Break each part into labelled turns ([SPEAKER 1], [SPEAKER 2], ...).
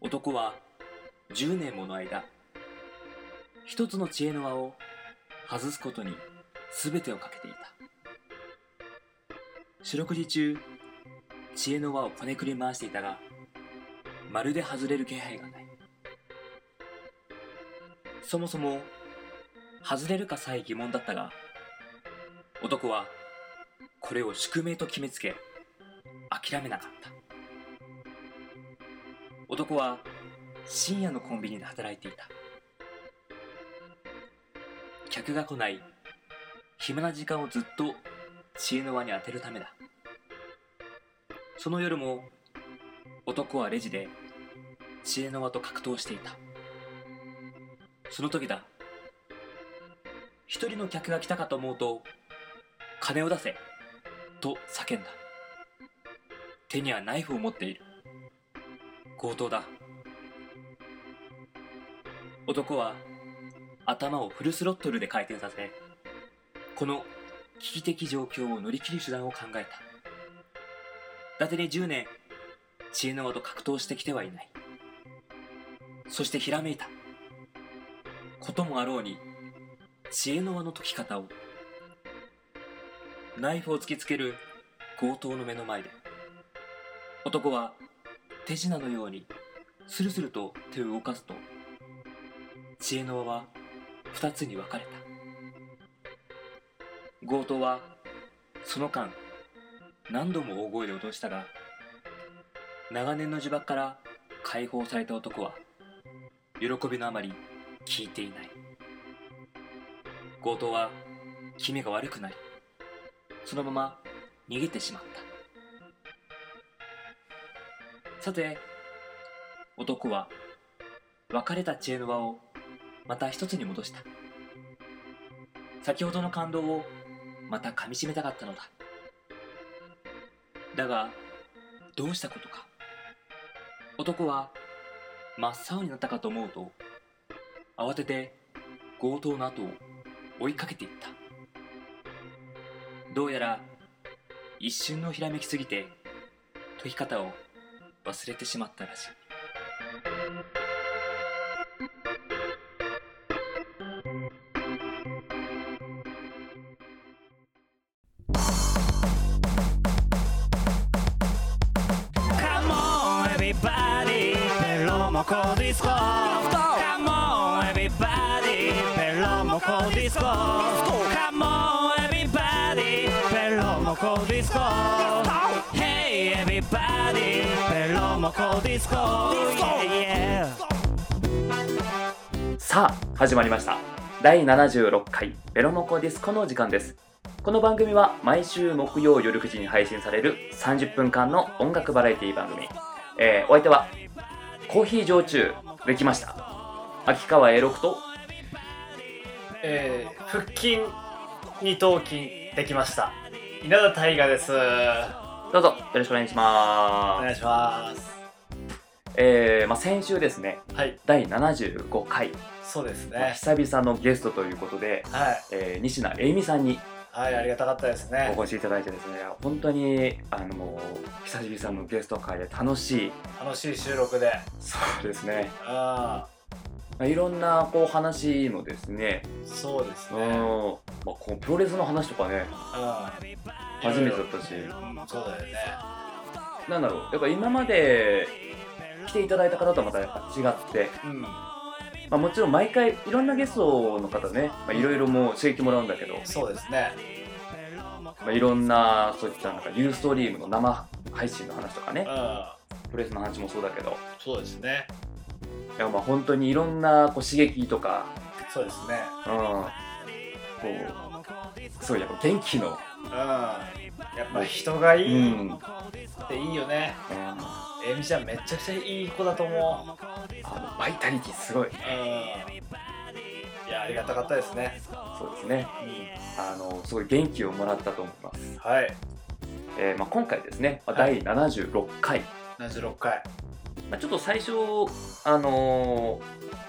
[SPEAKER 1] 男は10年もの間、一つの知恵の輪を外すことに全てをかけていた。四六時中、知恵の輪をこねくり回していたが、まるで外れる気配がない。そもそも、外れるかさえ疑問だったが、男は、これを宿命と決めつけ、諦めなかった。男は、深夜のコンビニで働いていた。客が来ない、暇な時間をずっと知恵の輪に当てるためだ。その夜も、男はレジで、知恵の輪と格闘していた。その時だ。一人の客が来たかと思うと、金を出せと叫んだ。手にはナイフを持っている。強盗だ。男は頭をフルスロットルで回転させ、この危機的状況を乗り切る手段を考えた。伊達に10年、知恵の輪と格闘してきてはいない。そしてひらめいた。こともあろうに、知恵の輪の解き方を、ナイフを突きつける強盗の目の前で、男は手品のように、スルスルと手を動かすと、知恵の輪は二つに分かれた。強盗は、その間、何度も大声で脅したが、長年の呪縛から解放された男は、喜びのあまり聞いていない。強盗は、気味が悪くなり、そのまま逃げてしまった。さて、男は、別れた知恵の輪を、また一つに戻した。先ほどの感動をまた噛み締めたかったのだ。だが、どうしたことか。男は真っ青になったかと思うと、慌てて強盗の後を追いかけていった。どうやら一瞬のひらめきすぎて解き方を忘れてしまったらしい。
[SPEAKER 2] Come on, everybody, per l'omoco disco. Come on, everybody, per l'omoco disco. Come on, everybody, per l'omoco disco. Hey, everybody, per l'omoco disco. Yeah, yeah.
[SPEAKER 1] さあ始まりました第76回ベロモコディスコの時間ですこの番組は毎週木曜夜9時に配信される30分間の音楽バラエティ番組、えーお相手はコーヒー焼酎できました秋川 A6 と
[SPEAKER 3] えー腹筋二頭筋できました稲田大我ですお
[SPEAKER 1] どうぞよろしくお願いしま
[SPEAKER 3] 願いします
[SPEAKER 1] す、えーまあ、先週ですね
[SPEAKER 3] はい
[SPEAKER 1] 第75回、
[SPEAKER 3] そうです
[SPEAKER 1] まあ
[SPEAKER 3] ね
[SPEAKER 1] 久々のゲストということで、
[SPEAKER 3] はい
[SPEAKER 1] えー西名恵美さんに
[SPEAKER 3] はいありがたかったですね
[SPEAKER 1] お越しいただいてですね本当にあのもう久々のゲスト会で楽しい
[SPEAKER 3] 楽しい収録で
[SPEAKER 1] そうです ね
[SPEAKER 3] あ
[SPEAKER 1] まあ、いろんなこう話のですね、
[SPEAKER 3] ーそうです
[SPEAKER 1] うん
[SPEAKER 3] ね
[SPEAKER 1] ま
[SPEAKER 3] うん
[SPEAKER 1] あ、こうプロレスの話とかね初めてだったし
[SPEAKER 3] うんそうだよね
[SPEAKER 1] なんだろうやっぱ今まで来ていただいた方とはまたやっぱ違って、
[SPEAKER 3] うん
[SPEAKER 1] まあ、もちろん毎回いろんなゲストの方ね、まあ、いろいろもう刺激もらうんだけど、
[SPEAKER 3] そうですね
[SPEAKER 1] まあ、いろんなそういったなんかユーストリームの生配信の話とか
[SPEAKER 3] う
[SPEAKER 1] ね
[SPEAKER 3] ん
[SPEAKER 1] プロレスの話もそうだけど
[SPEAKER 3] そうですね
[SPEAKER 1] いやまあ本当にいろんなこう刺激とか、
[SPEAKER 3] そうですね
[SPEAKER 1] うん、こうすごいやっぱ元気の、
[SPEAKER 3] うんやっぱ人が
[SPEAKER 1] う
[SPEAKER 3] いい
[SPEAKER 1] んうん
[SPEAKER 3] っていいよね
[SPEAKER 1] あ
[SPEAKER 3] えみちゃんめちゃくちゃいい子だと思う
[SPEAKER 1] のバイタリティすごい。
[SPEAKER 3] うんいやありがたかったですね
[SPEAKER 1] そうですね。
[SPEAKER 3] う
[SPEAKER 1] あのすごい元気をもらったと思います。
[SPEAKER 3] んはい
[SPEAKER 1] えーまあ今回ですね、まあ
[SPEAKER 3] は
[SPEAKER 1] 第76回、
[SPEAKER 3] 76回、
[SPEAKER 1] まあちょっと最初あのー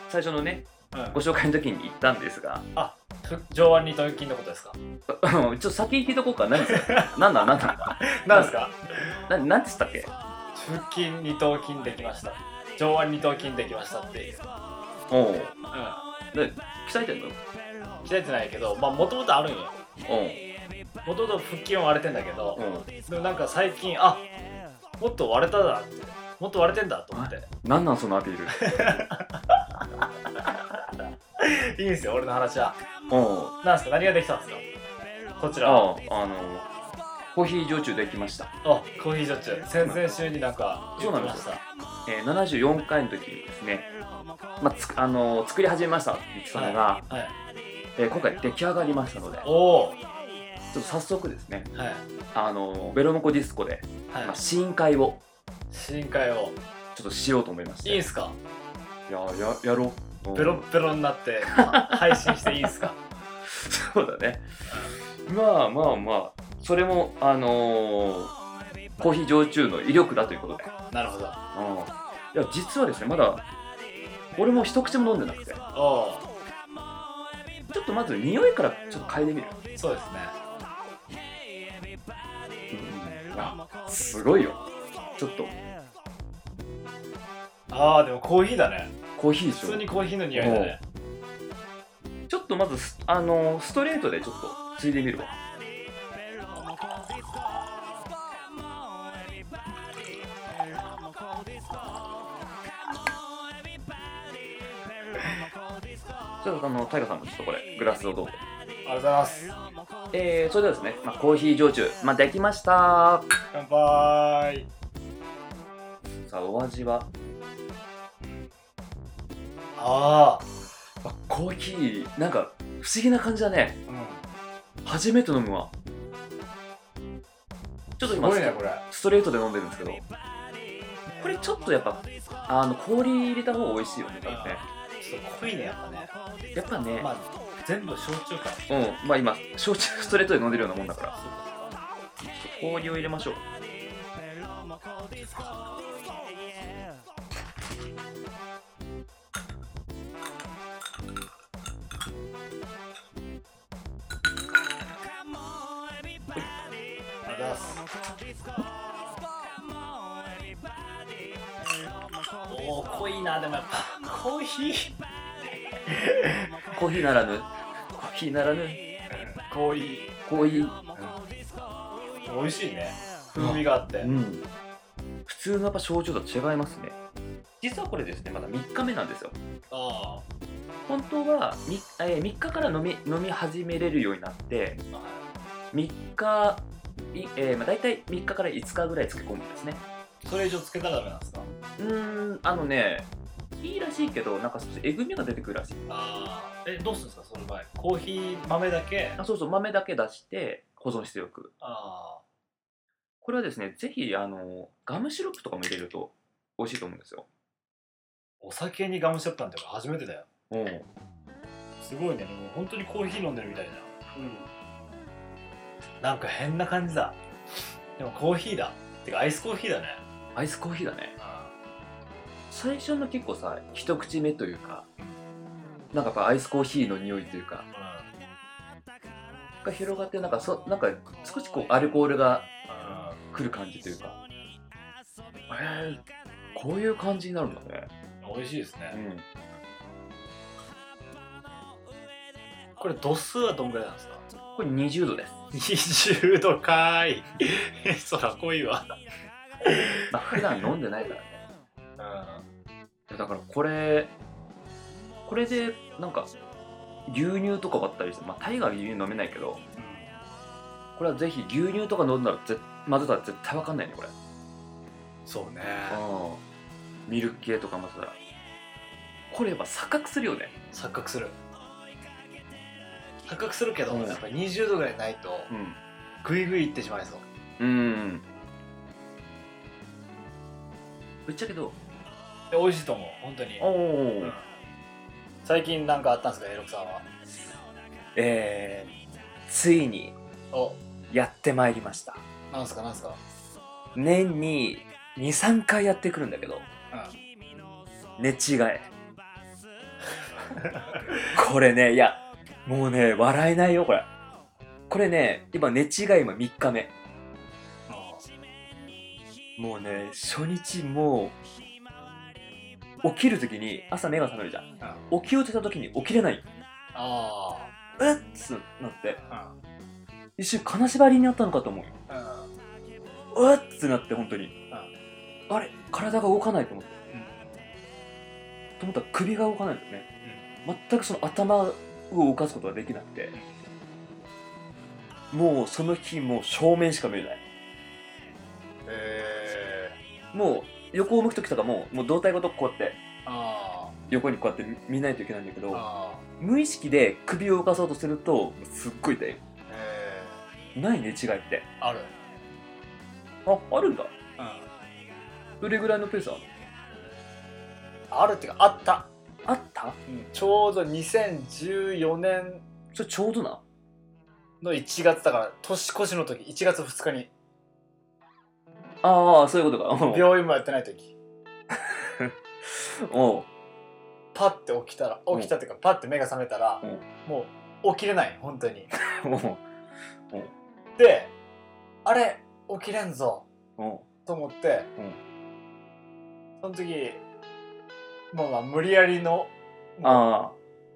[SPEAKER 1] 最初のね
[SPEAKER 3] うん
[SPEAKER 1] ご紹介の時に言ったんですが、
[SPEAKER 3] ふ上腕二頭筋のことですか
[SPEAKER 1] ちょっと先聞いとこうか。何それ？ なんだ なんだ。
[SPEAKER 3] なんですか
[SPEAKER 1] ななんつったっけ？
[SPEAKER 3] 腹筋二頭筋できました上腕二頭筋できましたっていう、
[SPEAKER 1] おお。
[SPEAKER 3] うん、
[SPEAKER 1] で、鍛えてんの
[SPEAKER 3] 鍛えてないけどまあもともとあるんよもともと腹筋は割れてんだけど
[SPEAKER 1] お、お。
[SPEAKER 3] でもなんか最近あもっと割れただってもっと割れてんだと思って
[SPEAKER 1] なんなんそのアピール。
[SPEAKER 3] いいんですよ俺の話は
[SPEAKER 1] おお。
[SPEAKER 3] なんすか何ができたんですかこちらあ
[SPEAKER 1] ああ、あの、コーヒー焼酎できました。
[SPEAKER 3] コーヒー焼酎先々週になんか
[SPEAKER 1] そうなん
[SPEAKER 3] 言っ
[SPEAKER 1] で
[SPEAKER 3] てまし
[SPEAKER 1] す
[SPEAKER 3] た
[SPEAKER 1] えー、74回の時にですね、まあ、つあのー作り始めましたって言ってたのが、
[SPEAKER 3] はい
[SPEAKER 1] えー今回出来上がりましたので、ちょ
[SPEAKER 3] お
[SPEAKER 1] っ
[SPEAKER 3] お
[SPEAKER 1] と早速ですね、
[SPEAKER 3] はい
[SPEAKER 1] あのーベロモコディスコで、ま
[SPEAKER 3] は
[SPEAKER 1] あ、
[SPEAKER 3] い
[SPEAKER 1] 試飲会を
[SPEAKER 3] 深海を
[SPEAKER 1] ちょっとしようと思いまし
[SPEAKER 3] いい
[SPEAKER 1] て。
[SPEAKER 3] んすか
[SPEAKER 1] いやややろう。うん
[SPEAKER 3] ベロッベロになって配信していいんすか
[SPEAKER 1] そうだね。まあまあまあ、それも、あのーコーヒー焼酎の威力だということで。
[SPEAKER 3] なるほど
[SPEAKER 1] うんいや、実はですね、まだ、俺も一口も飲んでなくて、ち
[SPEAKER 3] おお
[SPEAKER 1] ょっとまず匂いからちょっと嗅いでみる。
[SPEAKER 3] そうですね
[SPEAKER 1] うんあすごいよ。ちょっと、
[SPEAKER 3] ああでもコーヒーだね
[SPEAKER 1] コーヒーでし
[SPEAKER 3] 普通に
[SPEAKER 1] ょ。
[SPEAKER 3] コーヒーの匂いだね
[SPEAKER 1] ちょっとまずス、あのーストレートでちょっと、ついでみるわ。ちょっとあの、タイガさんもちょっとこれ、グラスをどうぞ。
[SPEAKER 3] ありがとうございます
[SPEAKER 1] えー、それではですね、まあ、コーヒー焼酎、まあ、できました
[SPEAKER 3] 乾杯
[SPEAKER 1] さあ、お味は
[SPEAKER 3] ああ
[SPEAKER 1] あコーヒー、なんか、不思議な感じだね。
[SPEAKER 3] うん
[SPEAKER 1] 初めて飲むわ。ちょっと
[SPEAKER 3] す
[SPEAKER 1] 今、
[SPEAKER 3] ごいねこれ
[SPEAKER 1] ストレートで飲んでるんですけど、これちょっとやっぱ、あの、氷入れた方が美味しいよね、多分ね。
[SPEAKER 3] ちょっと濃いねやっぱね
[SPEAKER 1] やっぱね、
[SPEAKER 3] まあ全部焼酎か
[SPEAKER 1] うん、まあ今、焼酎ストレートで飲んでるようなもんだから、ちょっと氷を入れましょう。
[SPEAKER 3] ありがとうございますおお濃いなでもやっぱコーヒー
[SPEAKER 1] コーヒーならぬ、コーヒーならぬ、
[SPEAKER 3] コーヒ
[SPEAKER 1] コーヒー。
[SPEAKER 3] ー美味しいね風味があって
[SPEAKER 1] うん、普通のやっぱ症状と違いますね実はこれですねまだ3日目なんですよ
[SPEAKER 3] あ
[SPEAKER 1] 本当は 3, えー3日から飲み飲み始めれるようになって
[SPEAKER 3] あ
[SPEAKER 1] 3日いえーまあ、大体3日から5日ぐらい漬け込むんですね
[SPEAKER 3] それ以上つけたらダメなんですか
[SPEAKER 1] うーんあのねいいらしいけどなんか少しえぐみが出てくるらしい
[SPEAKER 3] ああえどうするんですかその場合コーヒー豆だけ
[SPEAKER 1] あそうそう豆だけ出して保存しておく
[SPEAKER 3] あ
[SPEAKER 1] これはですねぜひあのガムシロップとかも入れると美味しいと思うんですよ
[SPEAKER 3] お酒にガムシャップなんて初めてだよ
[SPEAKER 1] お
[SPEAKER 3] すごいねでも本当にコーヒー飲んでるみたいなうんなんか変な感じだでもコーヒーだてかアイスコーヒーだね
[SPEAKER 1] アイスコーヒーだね
[SPEAKER 3] あ
[SPEAKER 1] 最初の結構さ一口目というかなんかやっぱアイスコーヒーの匂いというか
[SPEAKER 3] う
[SPEAKER 1] が広がってなんかそなんか少しこうアルコールが
[SPEAKER 3] ん
[SPEAKER 1] 来る感じというかえー、こういう感じになるんだね
[SPEAKER 3] うん美味しいです
[SPEAKER 1] う
[SPEAKER 3] ね
[SPEAKER 1] ん
[SPEAKER 3] これ度数はどんぐらいなんですか
[SPEAKER 1] これ20度です、
[SPEAKER 3] 20度かーい そら濃いわ
[SPEAKER 1] まあ、普段飲んでないからね
[SPEAKER 3] うん
[SPEAKER 1] い やだからこれこれでなんか牛乳とか買ったりしてまあタイガーは牛乳飲めないけどこれはぜひ牛乳とか飲んだらぜ混ぜたら絶対わかんないねこれ
[SPEAKER 3] そうね
[SPEAKER 1] うんミルク系とか混ぜたらこれやっぱ錯覚するよね
[SPEAKER 3] 錯覚する錯覚するけど、
[SPEAKER 1] うん
[SPEAKER 3] やっぱり20度ぐらいないと
[SPEAKER 1] うん
[SPEAKER 3] グイグイいってしまいそう
[SPEAKER 1] うんぶっちゃけど
[SPEAKER 3] で美味しいと思う本当に
[SPEAKER 1] お
[SPEAKER 3] うん最近なんかあったんですかエロクさんは
[SPEAKER 4] えー、ついに
[SPEAKER 3] お
[SPEAKER 4] やってまいりました
[SPEAKER 3] なんすかなんすか
[SPEAKER 4] 年に23回やってくるんだけど寝違えこれねいやもうね笑えないよこれこれね今寝違い今3日目もうね初日もう
[SPEAKER 1] 起きるときに朝目が覚めるじゃん、起きようとしたときに起きれない
[SPEAKER 3] あ
[SPEAKER 1] えっつなって
[SPEAKER 3] あ
[SPEAKER 1] 一瞬金縛りになったのかと思うよ
[SPEAKER 3] うん
[SPEAKER 1] うっってなって本当に、あれ体が動かないと思って、と思ったら首が動かないんだよね、全くその頭を動かすことができなくて、もうその日もう正面しか見えない
[SPEAKER 3] ええ
[SPEAKER 1] もう横を向く時とかももう胴体ごとこうやって
[SPEAKER 3] あ
[SPEAKER 1] 横にこうやって見ないといけないんだけ
[SPEAKER 3] あ
[SPEAKER 1] ど
[SPEAKER 3] ああ
[SPEAKER 1] 無意識で首を動かそうとするとすっごい痛い
[SPEAKER 3] え
[SPEAKER 1] ないね違いって
[SPEAKER 3] えある
[SPEAKER 1] ああるんだ
[SPEAKER 3] うん
[SPEAKER 1] どれぐらいのペースある
[SPEAKER 3] あるっていうかあった、
[SPEAKER 1] あった
[SPEAKER 3] うん、ちょうど2014年
[SPEAKER 1] それちょうどな
[SPEAKER 3] の1月だから年越しの時1月2日に
[SPEAKER 1] ああそういうことかうん
[SPEAKER 3] 病院もやってない時
[SPEAKER 1] おう
[SPEAKER 3] パッて起きたら
[SPEAKER 1] うん
[SPEAKER 3] 起きたっていうかパッて目が覚めたら、
[SPEAKER 1] うん
[SPEAKER 3] もう起きれない本当に
[SPEAKER 1] お
[SPEAKER 3] であれ起きれんぞ
[SPEAKER 1] うおう
[SPEAKER 3] と思って、
[SPEAKER 1] うん
[SPEAKER 3] その時もうまあ無理やりの
[SPEAKER 1] あ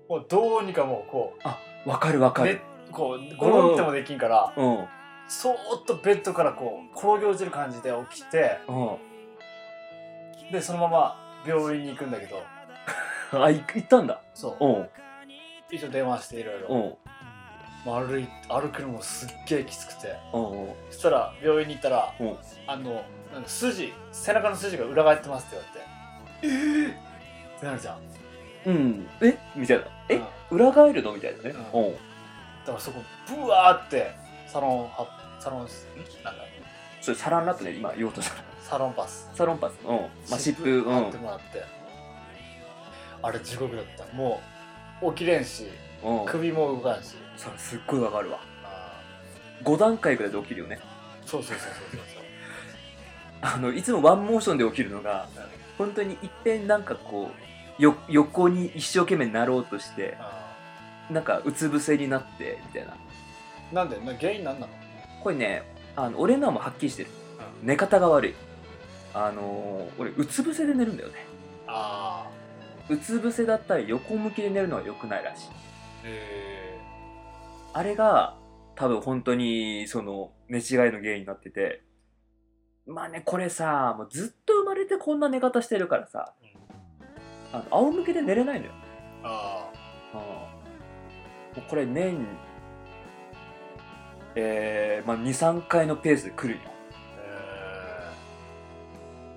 [SPEAKER 3] もうどうにかもうこ
[SPEAKER 1] あわかるわ
[SPEAKER 3] う,、
[SPEAKER 1] かる、
[SPEAKER 3] こうゴロンってもできんから、
[SPEAKER 1] うんうん
[SPEAKER 3] そーっとベッドからこう転げ落ちる感じで起きてでそのまま病院に行くんだけど
[SPEAKER 1] あい行ったんだ
[SPEAKER 3] そう
[SPEAKER 1] おう
[SPEAKER 3] 一応電話していろい
[SPEAKER 1] お
[SPEAKER 3] ろ
[SPEAKER 1] う
[SPEAKER 3] まあ歩い歩くのもすっげえきつくて
[SPEAKER 1] おうおう
[SPEAKER 3] そしたら病院に行ったら
[SPEAKER 1] うん
[SPEAKER 3] 「あのなんか筋背中の筋が裏返ってます」って言われて「えっ!」ってなるじゃん
[SPEAKER 1] うんえみたいなえ、
[SPEAKER 3] うん
[SPEAKER 1] 裏返るのみたいなね、
[SPEAKER 3] うん
[SPEAKER 1] おう
[SPEAKER 3] だからそこブワーってサロンはサロンんなんだ
[SPEAKER 1] それサランラップね今言おうとしたから
[SPEAKER 3] サロンパス
[SPEAKER 1] サロンパスうんまあ湿布う
[SPEAKER 3] 貼
[SPEAKER 1] ん
[SPEAKER 3] ってもらってあれ地獄だったもう起きれんし
[SPEAKER 1] うん
[SPEAKER 3] 首も動かんし
[SPEAKER 1] それすっごいわかるわ
[SPEAKER 3] あ
[SPEAKER 1] 5段階ぐらいで起きるよね
[SPEAKER 3] ーそうそうそうそうそうそう
[SPEAKER 1] あのいつもワンモーションで起きるのが
[SPEAKER 3] うん
[SPEAKER 1] 本当にいっぺんなんかこうよ横に一生懸命なろうとして
[SPEAKER 3] あ
[SPEAKER 1] なんかうつ伏せになってみたいな
[SPEAKER 3] ーなんでな原因なんなの
[SPEAKER 1] これねあの俺のはもうはっきりしてる寝方が悪いあのー俺うつ伏せで寝るんだよね
[SPEAKER 3] ああ
[SPEAKER 1] うつ伏せだったら横向きで寝るのは良くないらしい
[SPEAKER 3] え
[SPEAKER 1] あれが多分本当にその寝違いの原因になっててまあねこれさもうずっと生まれてこんな寝方してるからさあの仰向けで寝れないのよ
[SPEAKER 3] ー、あ
[SPEAKER 1] うんもうこれ年えーまあ、23回のペースで来るよ
[SPEAKER 3] ーえ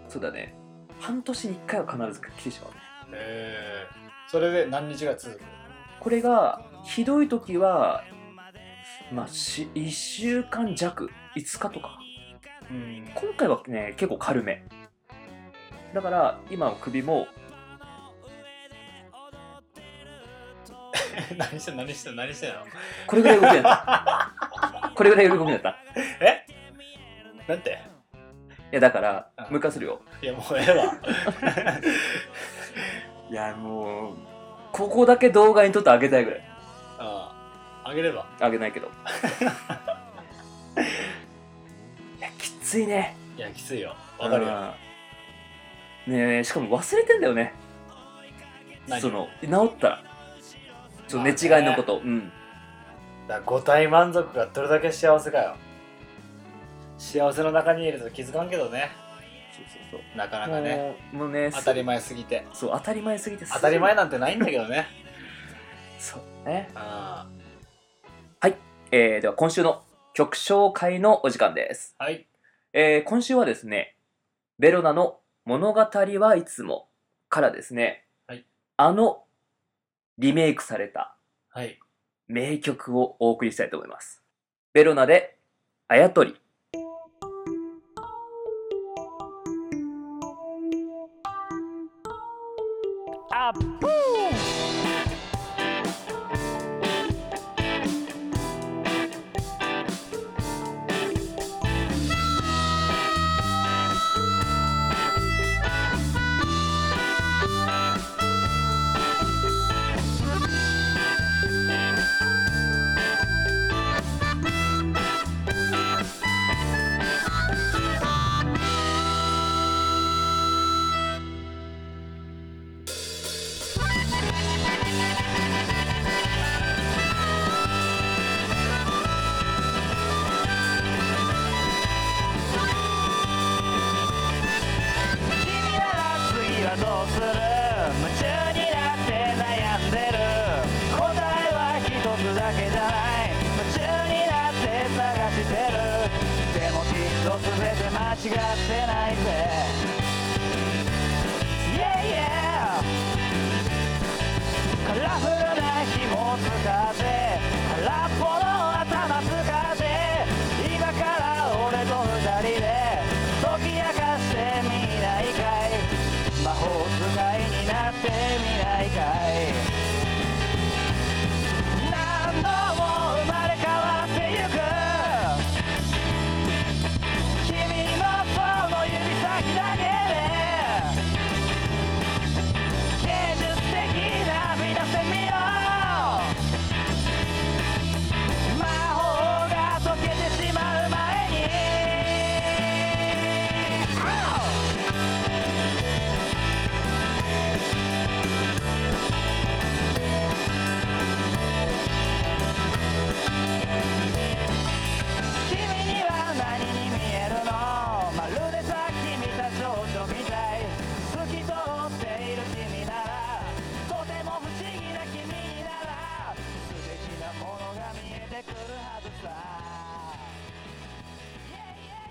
[SPEAKER 1] そうだね半年に1回は必ず来てしまう
[SPEAKER 3] ー、えー、それで何日が続く
[SPEAKER 1] これがひどい時はまあし1週間弱5日とか
[SPEAKER 3] うん
[SPEAKER 1] 今回はね結構軽めだから今の首も
[SPEAKER 3] 何してんの何してんの何してんの
[SPEAKER 1] これぐらい動くようになった これぐらい動くようになったい
[SPEAKER 3] えなんて
[SPEAKER 1] やだから
[SPEAKER 3] うん
[SPEAKER 1] もう一回するよ
[SPEAKER 3] いやもうええわ
[SPEAKER 1] いやもうここだけ動画に撮ってあげたいぐらい
[SPEAKER 3] あああげれば
[SPEAKER 1] あげないけ どいやきついね
[SPEAKER 3] いやきついよわかるよ
[SPEAKER 1] うんねえしかも忘れてんだよね
[SPEAKER 3] 何
[SPEAKER 1] その治ったらその
[SPEAKER 3] ま
[SPEAKER 1] 寝
[SPEAKER 3] あ
[SPEAKER 1] 違
[SPEAKER 3] ね
[SPEAKER 1] いのこと、うん
[SPEAKER 3] だから五体満足がどれだけ幸せかよ幸せの中にいると気づかんけどね
[SPEAKER 1] そうそうそ
[SPEAKER 3] なかな
[SPEAKER 1] う
[SPEAKER 3] かね
[SPEAKER 1] もうもうね
[SPEAKER 3] 当たり前すぎて
[SPEAKER 1] そう当たり前すぎて
[SPEAKER 3] 当たり前なんてないんだけどね
[SPEAKER 1] そうね
[SPEAKER 3] あ
[SPEAKER 1] えーでは今週の曲紹介のお時間です、
[SPEAKER 3] あはい
[SPEAKER 1] えー今週はですねベロナの物語はいつもからですね、
[SPEAKER 3] はい
[SPEAKER 1] あのリメイクされた
[SPEAKER 3] はい
[SPEAKER 1] 名曲をお送りしたいと思いますベロナであやとり
[SPEAKER 2] アップはどうする夢中になって悩んでる答えは一つだけじゃない夢中になって探してるでもきっと全て間違ってないぜ Yeah yeah カラフルな紐を使って空っぽの頭使って今から俺と二人で解き明かしてみないかい魔法使いになってみないかい何度も生まれ変わってゆく君のその指先だけで芸術的な見出せみよ魔法が解けてしまう前に Ow! 君には何に見えるのまるでさっき見た少女みたい透き通っている君ならとても不思議な君なら素敵なものが見えてくるはずさ Yeah, yeah,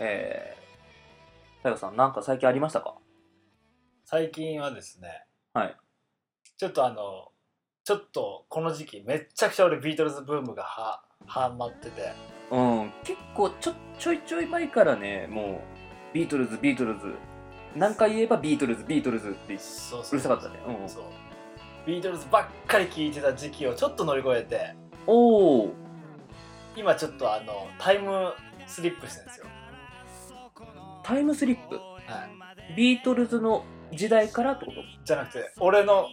[SPEAKER 2] yeah.
[SPEAKER 1] えー、太陽さん、なんか最近ありましたか
[SPEAKER 3] 最近はですね
[SPEAKER 1] はい
[SPEAKER 3] ちょっとあのちょっとこの時期めっちゃくちゃ俺ビートルズブームがははまってて
[SPEAKER 1] うん、結構ちょ、ちょいちょい前からね、もう、ビートルズ、ビートルズ、何回言えばビートルズ、ビートルズって言って
[SPEAKER 3] そう
[SPEAKER 1] うるさかったね。うん、
[SPEAKER 3] そうビートルズばっかり聴いてた時期をちょっと乗り越えて
[SPEAKER 1] おお、
[SPEAKER 3] 今ちょっとあのタイムスリップしてるんですよ
[SPEAKER 1] タイムスリップ。
[SPEAKER 3] はい
[SPEAKER 1] ビートルズの時代からってこと
[SPEAKER 3] じゃなくて俺の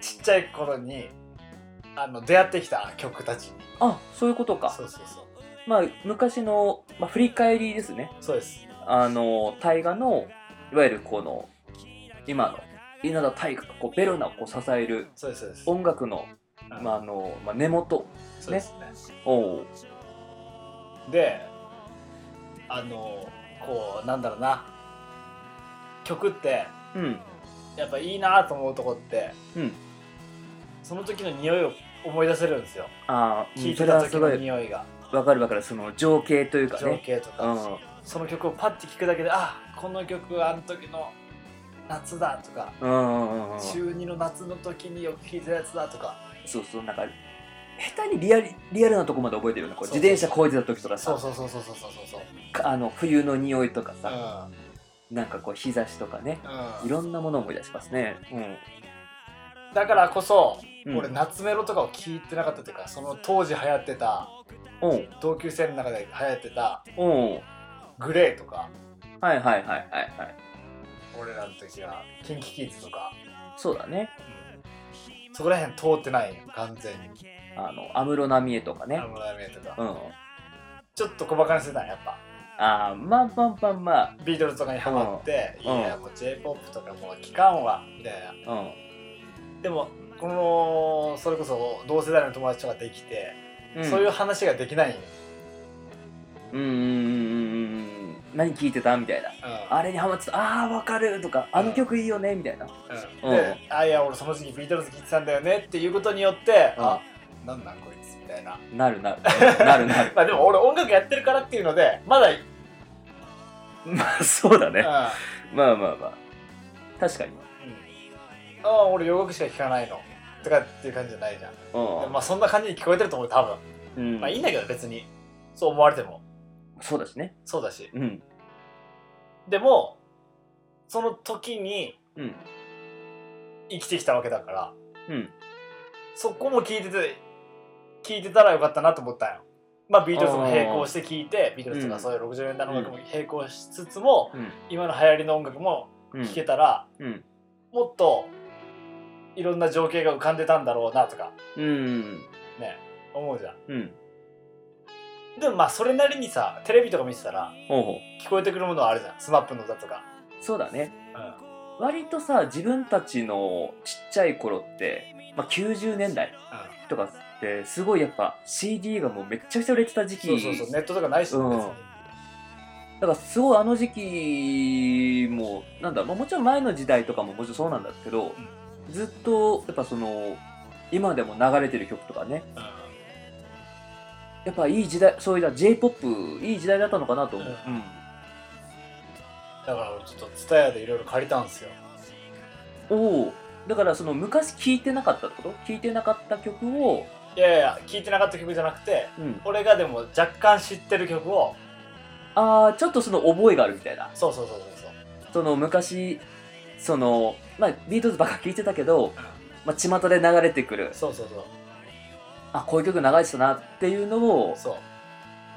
[SPEAKER 3] ちっちゃい頃にあの出会ってきた曲たち
[SPEAKER 1] あ、そういうことか。
[SPEAKER 3] そうそうそう
[SPEAKER 1] まあ、昔の、まあ、振り返りですね。
[SPEAKER 3] そうです
[SPEAKER 1] あの、大河の、いわゆるこの、今の、稲田大河がこうベロナをこう支える
[SPEAKER 3] そうですそうです
[SPEAKER 1] 音楽の、
[SPEAKER 3] うん
[SPEAKER 1] まああのまあ、根元
[SPEAKER 3] そうですね
[SPEAKER 1] おお
[SPEAKER 3] であのこうなんだろうな曲って
[SPEAKER 1] うん
[SPEAKER 3] やっぱいいなと思うとこって、
[SPEAKER 1] うん
[SPEAKER 3] その時の匂いを思い出せるんですよ
[SPEAKER 1] ああ
[SPEAKER 3] 聴い
[SPEAKER 1] そ
[SPEAKER 3] て
[SPEAKER 1] れ
[SPEAKER 3] た
[SPEAKER 1] は
[SPEAKER 3] 時
[SPEAKER 1] す
[SPEAKER 3] の
[SPEAKER 1] ごい
[SPEAKER 3] 匂いが
[SPEAKER 1] わかるわかるその情景というか
[SPEAKER 3] 情
[SPEAKER 1] ね
[SPEAKER 3] 景と
[SPEAKER 1] う
[SPEAKER 3] か、
[SPEAKER 1] ん
[SPEAKER 3] その曲をパッて聴くだけであこの曲あの時の夏だとか
[SPEAKER 1] うんうんうんうん
[SPEAKER 3] 中2の夏の時によく聴いてたやつだとか
[SPEAKER 1] そうそうなんか下手にリアリリアルなとこまで覚えてるよねこう
[SPEAKER 3] そう
[SPEAKER 1] 自転車こいでた時とか
[SPEAKER 3] そ
[SPEAKER 1] さ
[SPEAKER 3] うそうそうそうそうそうそう
[SPEAKER 1] かあの冬の匂いとか
[SPEAKER 3] う
[SPEAKER 1] さ、なんかこう日差しとかね
[SPEAKER 3] ん、う
[SPEAKER 1] い
[SPEAKER 3] ん、
[SPEAKER 1] ろんなものを思い出しますね
[SPEAKER 3] だからこそ、
[SPEAKER 1] うん、うん、
[SPEAKER 3] 俺夏メロとかを聞いてなかったというかその当時流行ってた
[SPEAKER 1] うん
[SPEAKER 3] 同級生の中で流行ってた
[SPEAKER 1] うん
[SPEAKER 3] グレーとか
[SPEAKER 1] はいはいはいはいはい
[SPEAKER 3] 俺らの時はキンキキッズとか、
[SPEAKER 1] そうだね
[SPEAKER 3] うんそこら辺通ってないよ完全に
[SPEAKER 1] あの安室奈美恵とかね
[SPEAKER 3] アルバムやとか、
[SPEAKER 1] うん
[SPEAKER 3] ちょっと小バカにしてたやっぱ
[SPEAKER 1] ああまあまあまあまあ
[SPEAKER 3] ビートルズとかにハマって、
[SPEAKER 1] うん
[SPEAKER 3] いやもう j p o p とかもう期間はみたいな
[SPEAKER 1] うん
[SPEAKER 3] でもこのそれこそ同世代の友達とかできて、
[SPEAKER 1] うん
[SPEAKER 3] そういう話ができないんよ、
[SPEAKER 1] うんうんうんうんうんうん何聞いてたみたいな
[SPEAKER 3] うん
[SPEAKER 1] あれにハマってたああーわかるとかあの曲いいよねみたいな
[SPEAKER 3] うんで、あいや俺その時期ビートルズ聴いてたんだよねっていうことによって、
[SPEAKER 1] うん
[SPEAKER 3] あなんなんこいつみたいな
[SPEAKER 1] なるなるなるなる
[SPEAKER 3] まあでも俺音楽やってるからっていうのでまだ、うん、
[SPEAKER 1] まあそうだね
[SPEAKER 3] あ
[SPEAKER 1] まあまあまあ確かに
[SPEAKER 3] あ俺洋楽しか聴かないのとかっていう感じじゃないじゃんで
[SPEAKER 1] うん、
[SPEAKER 3] まあそんな感じに聞こえてると思う多分、
[SPEAKER 1] うん
[SPEAKER 3] まあいいんだけど別にそう思われても
[SPEAKER 1] そうだしね
[SPEAKER 3] そうだし
[SPEAKER 1] うん
[SPEAKER 3] でもその時に
[SPEAKER 1] うん
[SPEAKER 3] 生きてきたわけだから
[SPEAKER 1] うん
[SPEAKER 3] そこも聞いてて聞いてたらよかったなと思ったんよまあビートルズも並行して聞いてビートルズと
[SPEAKER 1] う
[SPEAKER 3] か
[SPEAKER 1] ん
[SPEAKER 3] そういう60年代の音楽も並行しつつも、
[SPEAKER 1] うん
[SPEAKER 3] 今の流行りの音楽も
[SPEAKER 1] うん
[SPEAKER 3] 聴けたら、
[SPEAKER 1] うん
[SPEAKER 3] もっといろんな情景が浮かんでたんだろうなとか
[SPEAKER 1] うん
[SPEAKER 3] ね思うじゃ
[SPEAKER 1] うん
[SPEAKER 3] んでもまあそれなりにさテレビとか見てたら
[SPEAKER 1] ほうほう
[SPEAKER 3] 聞こえてくるものはあるじゃん SMAP の歌とか、
[SPEAKER 1] そうだね割とさ自分たちのちっちゃい頃って、まあ、90年代とかってすごいやっぱ CD がもうめっちゃくちゃ売れてた時期
[SPEAKER 3] そうそうそうネットとかないし、
[SPEAKER 1] うん
[SPEAKER 3] 別に
[SPEAKER 1] だからすごいあの時期もなんだ、まあ、もちろん前の時代とかももちろんそうなんだけど、ずっとやっぱその今でも流れてる曲とかねやっぱいい時代そういう j p o p いい時代だったのかなと思う、
[SPEAKER 3] うんだから俺ちょっとツタヤでいろいろ借りたんですよ
[SPEAKER 1] おおだからその昔聴いてなかったってこと聴いてなかった曲を、
[SPEAKER 3] いやいや聴いてなかった曲じゃなくて
[SPEAKER 1] うん、
[SPEAKER 3] 俺がでも若干知ってる曲を
[SPEAKER 1] ああちょっとその覚えがあるみたいな
[SPEAKER 3] そうそうそうそうそう
[SPEAKER 1] その昔そのまあビートルズばっか聴いてたけど、まあ、巷で流れてくる
[SPEAKER 3] そうそうそう
[SPEAKER 1] あこういう曲流れてたなっていうのを
[SPEAKER 3] そう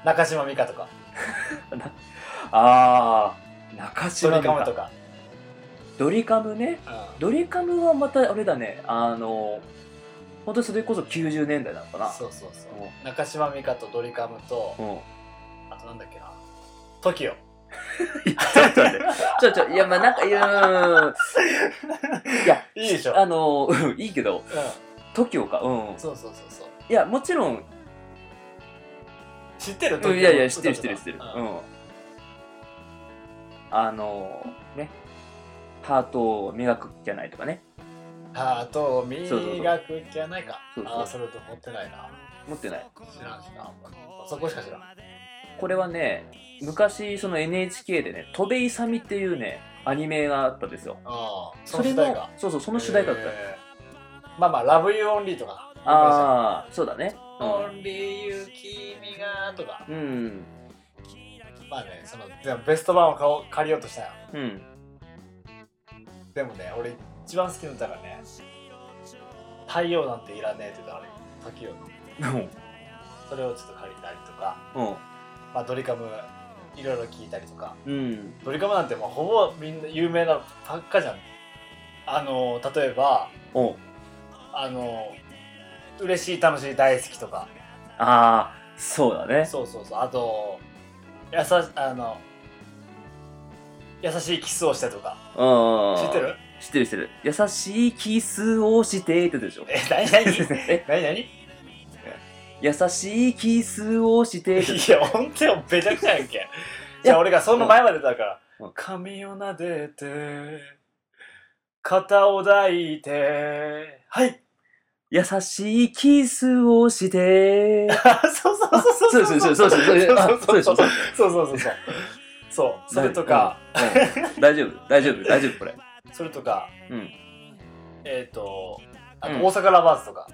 [SPEAKER 3] 中島美嘉とか
[SPEAKER 1] ああ中
[SPEAKER 3] ド
[SPEAKER 1] 島
[SPEAKER 3] リ
[SPEAKER 1] 美
[SPEAKER 3] カム
[SPEAKER 1] 嘉
[SPEAKER 3] とか、
[SPEAKER 1] ドリカムね
[SPEAKER 3] う
[SPEAKER 1] ドリカムはまたあれだねあの本当にそれこそ90年代なのか
[SPEAKER 3] ん、
[SPEAKER 1] な
[SPEAKER 3] そうそうそう中島美嘉とドリカムと
[SPEAKER 1] うん、
[SPEAKER 3] あとなんだっけな
[SPEAKER 1] ちょ
[SPEAKER 3] TOKIO
[SPEAKER 1] っと待ってちょちょいやまあなんかいやうんいや
[SPEAKER 3] いいでしょ
[SPEAKER 1] あのうんいいけど
[SPEAKER 3] う
[SPEAKER 1] TOKIO かうん
[SPEAKER 3] んそうそうそうそう
[SPEAKER 1] いやもちろん
[SPEAKER 3] 知ってる
[SPEAKER 1] うん
[SPEAKER 3] TOKIO
[SPEAKER 1] いやいや知ってる知ってる知ってる
[SPEAKER 3] う
[SPEAKER 1] うんんあのねハートを磨くじゃないとかね
[SPEAKER 3] ハートを磨
[SPEAKER 1] そうそうそう
[SPEAKER 3] くじゃないか
[SPEAKER 1] そうそう
[SPEAKER 3] ああそれと持ってないな
[SPEAKER 1] 持ってない
[SPEAKER 3] 知らんしなそこしか知らん
[SPEAKER 1] これはね昔その NHK でね「戸部勇」っていうねアニメがあったんですよ
[SPEAKER 3] ああ
[SPEAKER 1] そ
[SPEAKER 3] その
[SPEAKER 1] れ
[SPEAKER 3] 主
[SPEAKER 1] も
[SPEAKER 3] 題歌
[SPEAKER 1] そうそうその主題歌だった、
[SPEAKER 3] えーまあまあ「ラブユーオンリーとか
[SPEAKER 1] ああそうだね
[SPEAKER 3] 「オンリーユー君が」とか
[SPEAKER 1] うんうん、
[SPEAKER 3] まあねそのでもベスト版を買おう借りようとしたよ
[SPEAKER 1] うん、
[SPEAKER 3] でもね俺一番好きな歌がね「太陽なんていらねえ」って言ったらね時をそれをちょっと借りたりとか、まあ、ドリカムいろいろ聴いたりとか
[SPEAKER 1] うんうん
[SPEAKER 3] ドリカムなんてもうほぼみんな有名なのばっかじゃんあの例えば
[SPEAKER 1] お
[SPEAKER 3] あの嬉しい楽しい大好きとか
[SPEAKER 1] ああそうだね
[SPEAKER 3] そうそうそうあとやさあの優しいキスをしてとか
[SPEAKER 1] うん
[SPEAKER 3] 知ってる
[SPEAKER 1] 知ってる知ってる優しいキスをしてってやつでしょ
[SPEAKER 3] え何何
[SPEAKER 1] え
[SPEAKER 3] 何何
[SPEAKER 1] 優しいキスをしてってやつ
[SPEAKER 3] いや本当よべちゃくちゃやんけじゃあ俺がその前までだから、
[SPEAKER 1] うん
[SPEAKER 3] 髪を撫でて肩を抱いてはい
[SPEAKER 1] 優しいキスをして
[SPEAKER 3] そうそうそうそ
[SPEAKER 1] そうそう
[SPEAKER 3] う
[SPEAKER 1] そうそ うそうあそうでしょそうでしょ
[SPEAKER 3] そうそうそうそうそうそれとか、
[SPEAKER 1] うんうん大丈夫大丈夫大丈夫これ
[SPEAKER 3] それとか
[SPEAKER 1] うん
[SPEAKER 3] えっ、とあと
[SPEAKER 1] うん
[SPEAKER 3] 大阪ラバーズとか、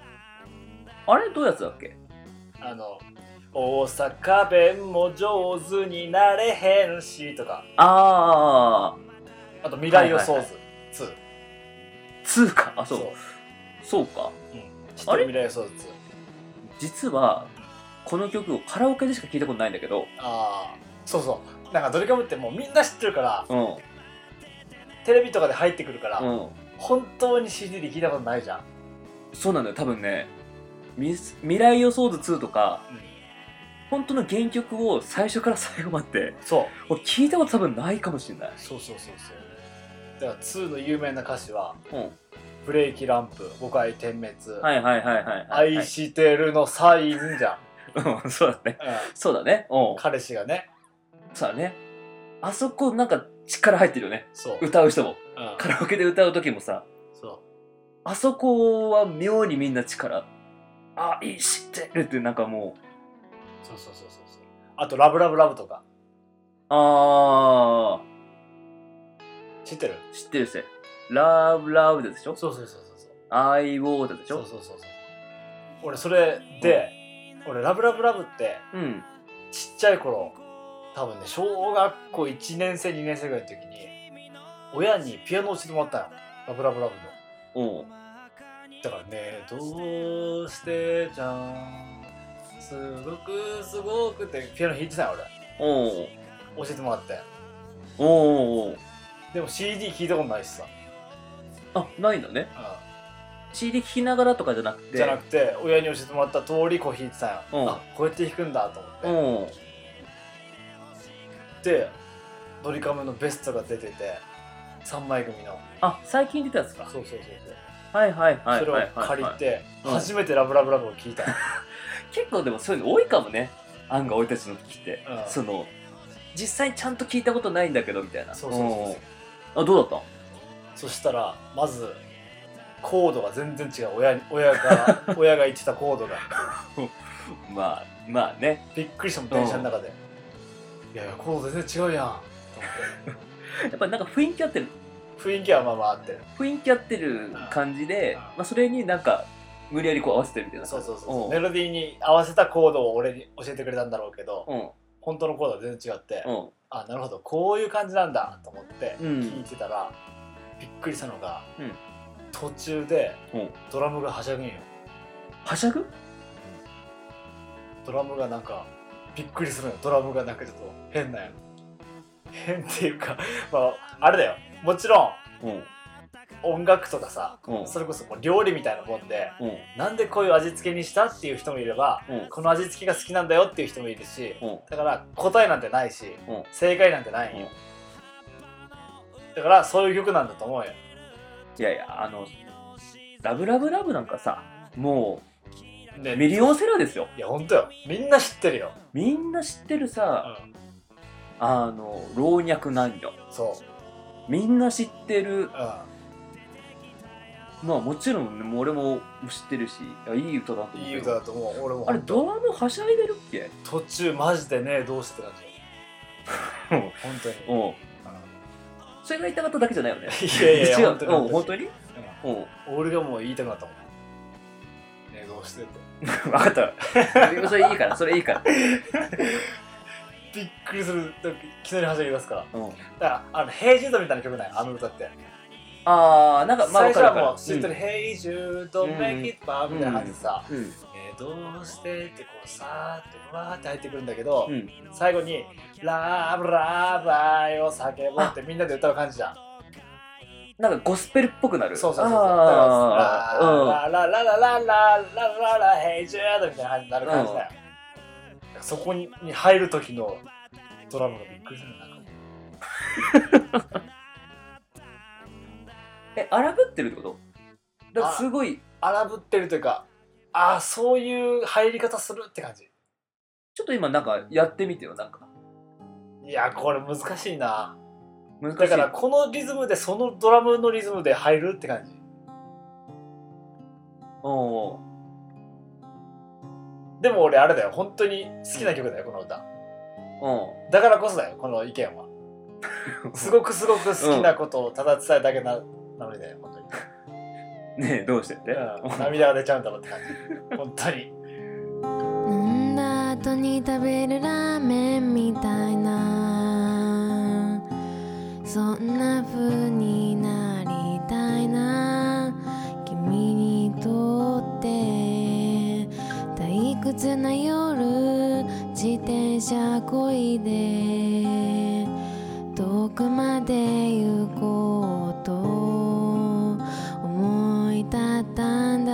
[SPEAKER 1] あれどういうやつだっけ
[SPEAKER 3] あの大阪弁も上手になれへんしとか
[SPEAKER 1] ああ
[SPEAKER 3] あと未来予想図2、
[SPEAKER 1] 通貨あそうそうか
[SPEAKER 3] 知ってる未来予想図2
[SPEAKER 1] 実はこの曲をカラオケでしか聞いたことないんだけど、
[SPEAKER 3] ああそうそうなんかドリカムってもうみんな知ってるから
[SPEAKER 1] うん
[SPEAKER 3] テレビとかで入ってくるから、
[SPEAKER 1] うん、
[SPEAKER 3] 本当に CD で聞いたことないじゃん、
[SPEAKER 1] そうなんだよ多分ねミス未来予想図2とか本当の原曲を最初から最後まで
[SPEAKER 3] そう
[SPEAKER 1] 俺聞いたこと多分ないかもしれない、
[SPEAKER 3] そうそうそうそうだから2の有名な歌詞は
[SPEAKER 1] うん、
[SPEAKER 3] 「ブレーキランプ誤解点滅」
[SPEAKER 1] はいはいはいはいはい、
[SPEAKER 3] 愛してるのサインじゃん、
[SPEAKER 1] うんそうだね
[SPEAKER 3] う
[SPEAKER 1] そうだねうん
[SPEAKER 3] ん、彼氏がね
[SPEAKER 1] そうだねあそこなんか力入ってるよね
[SPEAKER 3] そう、
[SPEAKER 1] 歌う人も
[SPEAKER 3] うん
[SPEAKER 1] カラオケで歌う時もさ
[SPEAKER 3] そう
[SPEAKER 1] あそこは妙にみんな力愛してるってなんかもう
[SPEAKER 3] そうそうそうそうそうあと「ラブラブラブ」とか
[SPEAKER 1] ああ
[SPEAKER 3] 知ってる
[SPEAKER 1] 知ってるぜ。ラブラブでしょ
[SPEAKER 3] そうそうそうそうそう
[SPEAKER 1] 愛をでし
[SPEAKER 3] そう
[SPEAKER 1] ょ
[SPEAKER 3] そうそうそう俺それで、俺「ラブラブラブ」って
[SPEAKER 1] うん。
[SPEAKER 3] ちっちゃい頃多分ね小学校1年生2年生ぐらいの時に親にピアノを教えてもらったよ「ラブラブラブ」の
[SPEAKER 1] おう
[SPEAKER 3] だからね「どうしてじゃんすごくすごく」ってピアノ弾いてたよ
[SPEAKER 1] おう
[SPEAKER 3] 俺教えてもらって
[SPEAKER 1] おうおう
[SPEAKER 3] でも CD 聞いたことないしさ、
[SPEAKER 1] あ、ないんだね。
[SPEAKER 3] う
[SPEAKER 1] CD 聴きながらとかじゃなく
[SPEAKER 3] ん
[SPEAKER 1] て。
[SPEAKER 3] じゃなくて親に教えてもらった通りこう弾いてたよ、
[SPEAKER 1] うん
[SPEAKER 3] あこうやって弾くんだと思って、
[SPEAKER 1] おう
[SPEAKER 3] でドリカムのベストが出てて3枚組の
[SPEAKER 1] あ、最近出たやつか。
[SPEAKER 3] そうそうそうそう
[SPEAKER 1] はいはいはい
[SPEAKER 3] それ
[SPEAKER 1] はいはい、
[SPEAKER 3] を借りて
[SPEAKER 1] うん
[SPEAKER 3] 初めて「ラブラブラブ」を聞い た、
[SPEAKER 1] 結構でもそういうの多いかもね。案が俺たちの時って
[SPEAKER 3] う。ん
[SPEAKER 1] その、実際ちゃんと聞いたことないんだけどみたいな
[SPEAKER 3] そうそうそうそ
[SPEAKER 1] う
[SPEAKER 3] う
[SPEAKER 1] んあどうだっ
[SPEAKER 3] そしたらまずコードが全然違う親 親が親が言ってたコードが
[SPEAKER 1] たまあまあね
[SPEAKER 3] びっくりしたもん電車の中でいやいやコード全然違うやんと思っ
[SPEAKER 1] やっぱりなんか雰囲気合ってる
[SPEAKER 3] て雰囲気はまあまああって
[SPEAKER 1] 雰囲気合ってる感じで、
[SPEAKER 3] うん
[SPEAKER 1] まあ、それになんか無理やりこう合わせてるみたいな
[SPEAKER 3] そうそうそうそう
[SPEAKER 1] う
[SPEAKER 3] メロディーに合わせたコードを俺に教えてくれたんだろうけど
[SPEAKER 1] ん
[SPEAKER 3] 本当のコードは全然違って
[SPEAKER 1] うん
[SPEAKER 3] あなるほどこういう感じなんだと思って
[SPEAKER 1] うん
[SPEAKER 3] 聞いてたら、びっくりしたのが、
[SPEAKER 1] うん
[SPEAKER 3] 途中で
[SPEAKER 1] うん
[SPEAKER 3] ドラムがはしゃぐんよ
[SPEAKER 1] はしゃぐ
[SPEAKER 3] ドラムがなんかびっくりするのよドラムがなんかちょっと変なんよ変っていうか まああれだよもちろん
[SPEAKER 1] うん
[SPEAKER 3] 音楽とかさ
[SPEAKER 1] うん
[SPEAKER 3] それこそこう料理みたいなもんで
[SPEAKER 1] うん
[SPEAKER 3] なんでこういう味付けにしたっていう人もいれば
[SPEAKER 1] うん
[SPEAKER 3] この味付けが好きなんだよっていう人もいるし
[SPEAKER 1] うん
[SPEAKER 3] だから答えなんてないし、
[SPEAKER 1] うん
[SPEAKER 3] 正解なんてないんよ、だからそういう曲なんだと思うよ
[SPEAKER 1] いやいやあの「ラブラブラブ」なんかさも
[SPEAKER 3] で
[SPEAKER 1] うミリオンセラーですよ
[SPEAKER 3] いや本当よみんな知ってるよ、
[SPEAKER 1] みんな知ってる
[SPEAKER 3] う
[SPEAKER 1] さ、
[SPEAKER 3] ん、
[SPEAKER 1] あの老若男女
[SPEAKER 3] そ
[SPEAKER 1] みんな知ってる
[SPEAKER 3] う、う
[SPEAKER 1] まあもちろん、ね、もう俺も知ってるしいやいい歌だと
[SPEAKER 3] ん、
[SPEAKER 1] 思う
[SPEAKER 3] い
[SPEAKER 1] よ
[SPEAKER 3] い歌だと思う俺も
[SPEAKER 1] あれドラムはしゃいでるっけ
[SPEAKER 3] 途中マジでねどうしてって感じ本当に
[SPEAKER 1] うんそれが言いたかっただけじゃないよね
[SPEAKER 3] いやいやい
[SPEAKER 1] 違
[SPEAKER 3] や
[SPEAKER 1] ううん本当にうん
[SPEAKER 3] 俺がもう言いたくなったもんねどうしてって
[SPEAKER 1] 分かったそれいいからそれいいから
[SPEAKER 3] びっくりするだっていきなりはしゃぎ出すから
[SPEAKER 1] うん
[SPEAKER 3] だからあの「ヘイジュード」みたいな曲ないあの歌って
[SPEAKER 1] ああなんかまあ
[SPEAKER 3] 最
[SPEAKER 1] 分か
[SPEAKER 3] 初
[SPEAKER 1] る
[SPEAKER 3] は
[SPEAKER 1] 分
[SPEAKER 3] もう
[SPEAKER 1] か
[SPEAKER 3] シ
[SPEAKER 1] る
[SPEAKER 3] ンプルに「ヘイジュード」「メイキッパー」みたいな感じでさ
[SPEAKER 1] うんうん
[SPEAKER 3] 「ねどうして」ってこうさーってうわーって入ってくるんだけど、
[SPEAKER 1] うん
[SPEAKER 3] 最後に「ラブラブ愛を叫ぼう」ってみんなで歌う感じじゃん
[SPEAKER 1] なんかゴスペルっぽくなる
[SPEAKER 3] そうそうそうそうだ
[SPEAKER 1] ああ
[SPEAKER 3] からララララララララララヘイジュードみたいな感じになる感じだよそこに入る時のドラムがびっくりするなんか
[SPEAKER 1] うんえ荒ぶってるってことだからすごい
[SPEAKER 3] 荒ぶってるというかああそういう入り方するって感じ
[SPEAKER 1] ちょっと今なんかやってみてよなんか
[SPEAKER 3] いやこれ難しいな
[SPEAKER 1] 難しい
[SPEAKER 3] だからこのリズムでそのドラムのリズムで入るって感じ
[SPEAKER 1] おー
[SPEAKER 3] でも俺あれだよ本当に好きな曲だよこの歌
[SPEAKER 1] お
[SPEAKER 3] だからこそだよこの意見はすごくすごく好きなことをただ伝えるだけななのにね本当に
[SPEAKER 1] ーねえどうしてって、
[SPEAKER 3] うん涙が出ちゃうんだろうって感じ本当に
[SPEAKER 5] 飲んだ後に食べるラーメンみたいなそんな風になりたいな君にとって退屈な夜自転車こいで遠くまで行こうと思い立ったんだ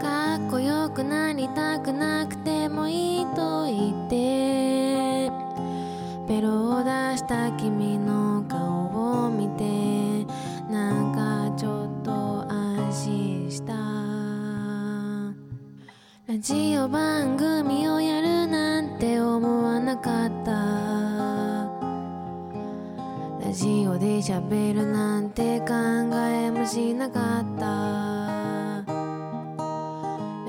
[SPEAKER 5] かっこよくなりたくなくてもいいと言ってベロを出した君の顔を見てなんかちょっと安心したラジオ番組をやるなんて思わなかったラジオで喋るなんて考えもしなかった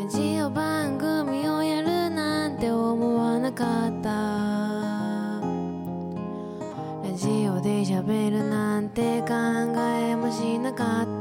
[SPEAKER 5] ラジオ番組をやるなんて思わなかったラジオで喋るなんて考えもしなかった